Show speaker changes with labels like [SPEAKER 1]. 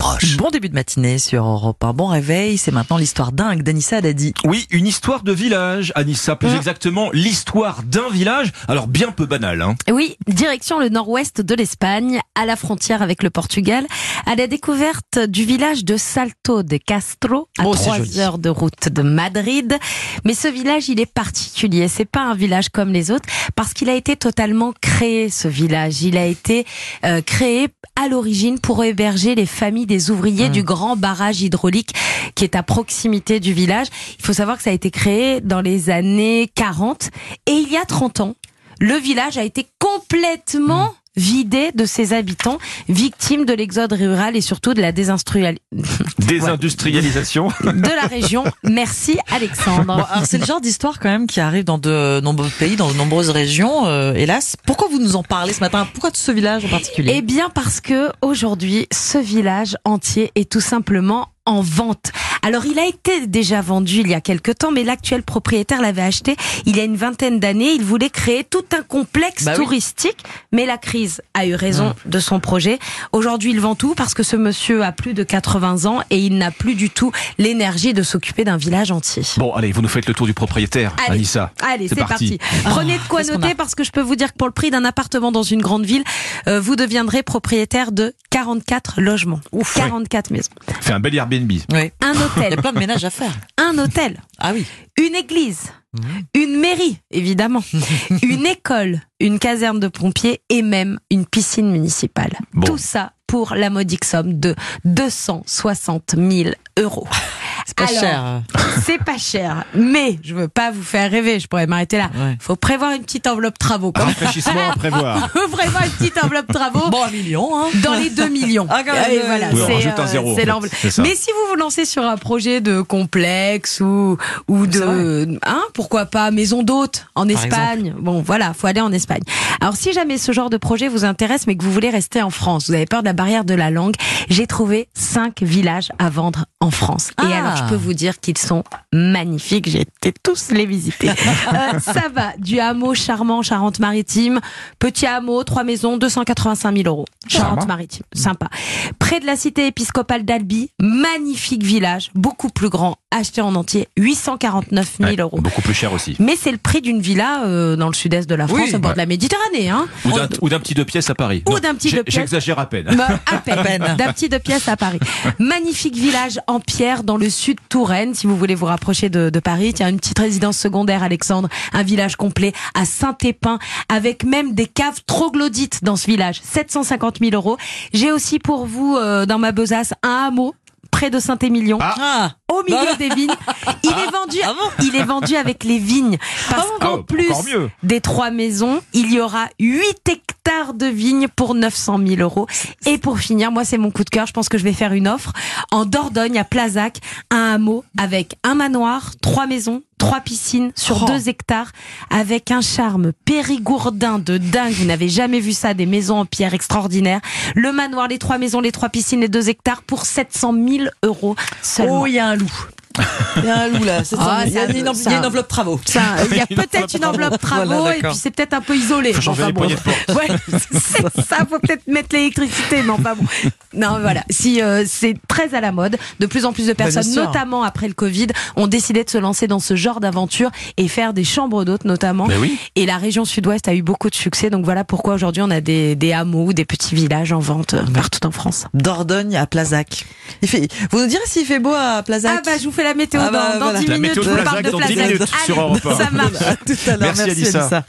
[SPEAKER 1] proche.
[SPEAKER 2] Bon début de matinée sur Europe 1. Bon réveil, c'est maintenant l'histoire dingue d'Anissa Haddadi.
[SPEAKER 1] Oui, une histoire de village, Anissa, plus exactement l'histoire d'un village, alors bien peu banal. Hein.
[SPEAKER 3] Oui, direction le nord-ouest de l'Espagne, à la frontière avec le Portugal, à la découverte du village de Salto de Castro, à
[SPEAKER 2] Oh, c'est
[SPEAKER 3] trois
[SPEAKER 2] joli.
[SPEAKER 3] heures de route de Madrid. Mais ce village, il est particulier. C'est pas un village comme les autres parce qu'il a été totalement créé. Ce village, il a été euh, créé à l'origine pour héberger les familles des ouvriers
[SPEAKER 2] Mm.
[SPEAKER 3] du grand barrage hydraulique qui est à proximité du village. Il faut savoir que ça a été créé dans les années 40 et il y a 30 ans, le village a été complètement vidé de ses habitants, victimes de l'exode rural et surtout de la désinstrual...
[SPEAKER 1] Désindustrialisation.
[SPEAKER 3] de la région. Merci
[SPEAKER 2] Bon,
[SPEAKER 3] Alexandre.
[SPEAKER 1] Ah.
[SPEAKER 2] alors, c'est le genre d'histoire quand même qui arrive dans de nombreux pays, dans de nombreuses régions, euh, hélas. Pourquoi vous nous en parlez ce matin Pourquoi de ce village en particulier
[SPEAKER 3] Eh bien parce que aujourd'hui, ce village entier est tout simplement en vente. Alors il a été déjà vendu il y a quelque temps, mais l'actuel propriétaire l'avait acheté il y a une vingtaine d'années. Il voulait créer tout un complexe
[SPEAKER 2] Bah oui. Mmh.
[SPEAKER 3] touristique, mais la crise a eu raison de son projet. Aujourd'hui il vend tout parce que ce monsieur a plus de 80 ans et il n'a plus du tout l'énergie de s'occuper d'un village entier.
[SPEAKER 1] Bon, allez, vous nous faites le tour du propriétaire,
[SPEAKER 3] Allez.
[SPEAKER 1] Anissa.
[SPEAKER 3] Allez,
[SPEAKER 1] C'est
[SPEAKER 3] c'est parti. Prenez de quoi
[SPEAKER 2] Ah, qu'est-ce qu'on
[SPEAKER 3] noter
[SPEAKER 2] a
[SPEAKER 3] parce que je peux vous dire que pour le prix d'un appartement dans une grande ville, euh, vous deviendrez propriétaire de 44 logements. Ouf, 44 maisons.
[SPEAKER 1] Fait un bel Airbnb.
[SPEAKER 2] Oui.
[SPEAKER 3] Un
[SPEAKER 2] Il y
[SPEAKER 3] hôtel,
[SPEAKER 2] a plein de ménages à faire.
[SPEAKER 3] un hôtel,
[SPEAKER 2] Ah oui.
[SPEAKER 3] une église,
[SPEAKER 2] Mhm.
[SPEAKER 3] une mairie, évidemment, une école, une caserne de pompiers et même une piscine municipale.
[SPEAKER 1] Bon.
[SPEAKER 3] Tout ça pour la modique somme de 260 000 euros.
[SPEAKER 2] C'est pas
[SPEAKER 3] Alors,
[SPEAKER 2] cher.
[SPEAKER 3] C'est pas cher, mais je veux pas vous faire rêver, je pourrais m'arrêter là.
[SPEAKER 2] Ouais.
[SPEAKER 3] Faut prévoir une petite enveloppe travaux. Quand
[SPEAKER 1] Rafraîchissement à prévoir.
[SPEAKER 3] Faut prévoir une petite enveloppe
[SPEAKER 1] Oh.
[SPEAKER 3] travaux
[SPEAKER 2] Bon, un million, hein
[SPEAKER 3] dans les 2 millions.
[SPEAKER 2] Ah, quand
[SPEAKER 3] Et
[SPEAKER 2] même.
[SPEAKER 3] voilà,
[SPEAKER 2] Oui,
[SPEAKER 1] on
[SPEAKER 3] c'est,
[SPEAKER 1] rajoute un
[SPEAKER 3] euh,
[SPEAKER 1] zéro, en
[SPEAKER 3] c'est
[SPEAKER 1] fait.
[SPEAKER 3] l'enveloppe.
[SPEAKER 1] C'est ça.
[SPEAKER 3] Mais si vous vous lancez sur un projet de complexe ou ou
[SPEAKER 2] C'est
[SPEAKER 3] de hein, pourquoi pas maison d'hôte en
[SPEAKER 2] Par
[SPEAKER 3] Espagne. Bon, voilà, faut aller en Espagne. Alors si jamais ce genre de projet vous intéresse mais que vous voulez rester en France, vous avez peur de la barrière de la langue, j'ai trouvé cinq villages à vendre en France. Et
[SPEAKER 2] Ah.
[SPEAKER 3] alors je peux vous dire qu'ils sont magnifiques, j'ai été tous les visiter. Euh, ça va du hameau charmant Charente-Maritime, petit hameau, trois maisons, 285 000 euros. Charente-Maritime, sympa. Près de la cité épiscopale d'Albi, magnifique village, beaucoup plus grand, acheté en entier, 849 000
[SPEAKER 1] Ouais,
[SPEAKER 3] euros.
[SPEAKER 1] Beaucoup plus cher aussi.
[SPEAKER 3] Mais c'est le prix d'une villa euh, dans le sud-est de la
[SPEAKER 2] Oui,
[SPEAKER 3] France, au bord
[SPEAKER 1] ouais.
[SPEAKER 3] de la Méditerranée. Hein
[SPEAKER 1] Ou d'un- Ou d'un petit deux pièces à Paris.
[SPEAKER 3] Ou
[SPEAKER 1] Non,
[SPEAKER 3] d'un petit
[SPEAKER 1] j'ai-
[SPEAKER 3] deux pièces.
[SPEAKER 1] J'exagère à peine.
[SPEAKER 3] Bah, à peine,
[SPEAKER 2] peine.
[SPEAKER 3] d'un petit deux pièces à Paris. Magnifique village en pierre dans le sud Touraine, si vous voulez vous rapprocher de, de Paris. Tiens, une petite résidence secondaire, Alexandre. Un village complet à Saint-Épin, avec même des caves troglodytes dans ce village. 750 000 euros. J'ai aussi pour vous, euh, dans ma besace, un hameau près de Saint-Émilion,
[SPEAKER 2] Ah,
[SPEAKER 3] au milieu des vignes. Il est vendu,
[SPEAKER 2] ah bon
[SPEAKER 3] il est vendu avec les vignes. Parce
[SPEAKER 1] Ah,
[SPEAKER 3] qu'en
[SPEAKER 1] encore
[SPEAKER 3] plus
[SPEAKER 1] mieux.
[SPEAKER 3] des trois maisons, il y aura 8 hectares de vignes pour 900 000 euros. Et pour finir, moi, c'est mon coup de cœur. Je pense que je vais faire une offre en Dordogne, à Plazac, un hameau avec un manoir, trois maisons, trois piscines sur
[SPEAKER 2] Oh.
[SPEAKER 3] deux hectares avec un charme périgourdin de dingue. Vous n'avez jamais vu ça, des maisons en pierre extraordinaires. Le manoir, les trois maisons, les trois piscines, les deux hectares pour 700 000 euros seulement.
[SPEAKER 2] Oh, il y a un loup. Il y a un loup là. c'est
[SPEAKER 3] Ah,
[SPEAKER 2] ça. Il y a
[SPEAKER 3] ça-
[SPEAKER 2] une env-
[SPEAKER 3] ça-
[SPEAKER 2] il y a une enveloppe travaux.
[SPEAKER 3] Ça, il y a
[SPEAKER 1] Une enveloppe
[SPEAKER 3] peut-être une enveloppe
[SPEAKER 2] travaux.
[SPEAKER 3] travaux
[SPEAKER 2] Voilà,
[SPEAKER 3] et
[SPEAKER 2] d'accord.
[SPEAKER 3] puis c'est peut-être un peu isolé.
[SPEAKER 1] Faut changer
[SPEAKER 3] Enfin
[SPEAKER 1] les
[SPEAKER 3] bon.
[SPEAKER 1] poignées de porte.
[SPEAKER 3] Ouais, c'est ça, faut peut-être mettre l'électricité, mais enfin bon. Non, voilà. Si euh, c'est très à la mode, de plus en plus
[SPEAKER 1] Bah,
[SPEAKER 3] de
[SPEAKER 2] bien
[SPEAKER 3] personnes,
[SPEAKER 2] sûr.
[SPEAKER 3] notamment après le Covid, ont décidé de se lancer dans ce genre d'aventure et faire des chambres d'hôtes notamment.
[SPEAKER 1] Mais Bah oui.
[SPEAKER 3] Et la région sud-ouest a eu beaucoup de succès, donc voilà pourquoi aujourd'hui on a des, des hameaux, ou des petits villages en vente euh, partout en France.
[SPEAKER 2] Dordogne à Plazac. Il fait... Vous nous direz s'il fait beau à Plazac
[SPEAKER 3] Ah bah je vous fais la météo
[SPEAKER 2] Ah bah,
[SPEAKER 3] dans, dans
[SPEAKER 2] voilà.
[SPEAKER 3] 10
[SPEAKER 1] La
[SPEAKER 3] minutes,
[SPEAKER 1] météo
[SPEAKER 3] je
[SPEAKER 1] de
[SPEAKER 3] vous parle
[SPEAKER 1] Plazac
[SPEAKER 3] de
[SPEAKER 1] dans 10
[SPEAKER 3] Plazac.
[SPEAKER 1] minutes sur
[SPEAKER 3] Allez,
[SPEAKER 1] Europe 1.
[SPEAKER 3] ça marche.
[SPEAKER 2] À tout à l'heure.
[SPEAKER 1] Merci, Alissa.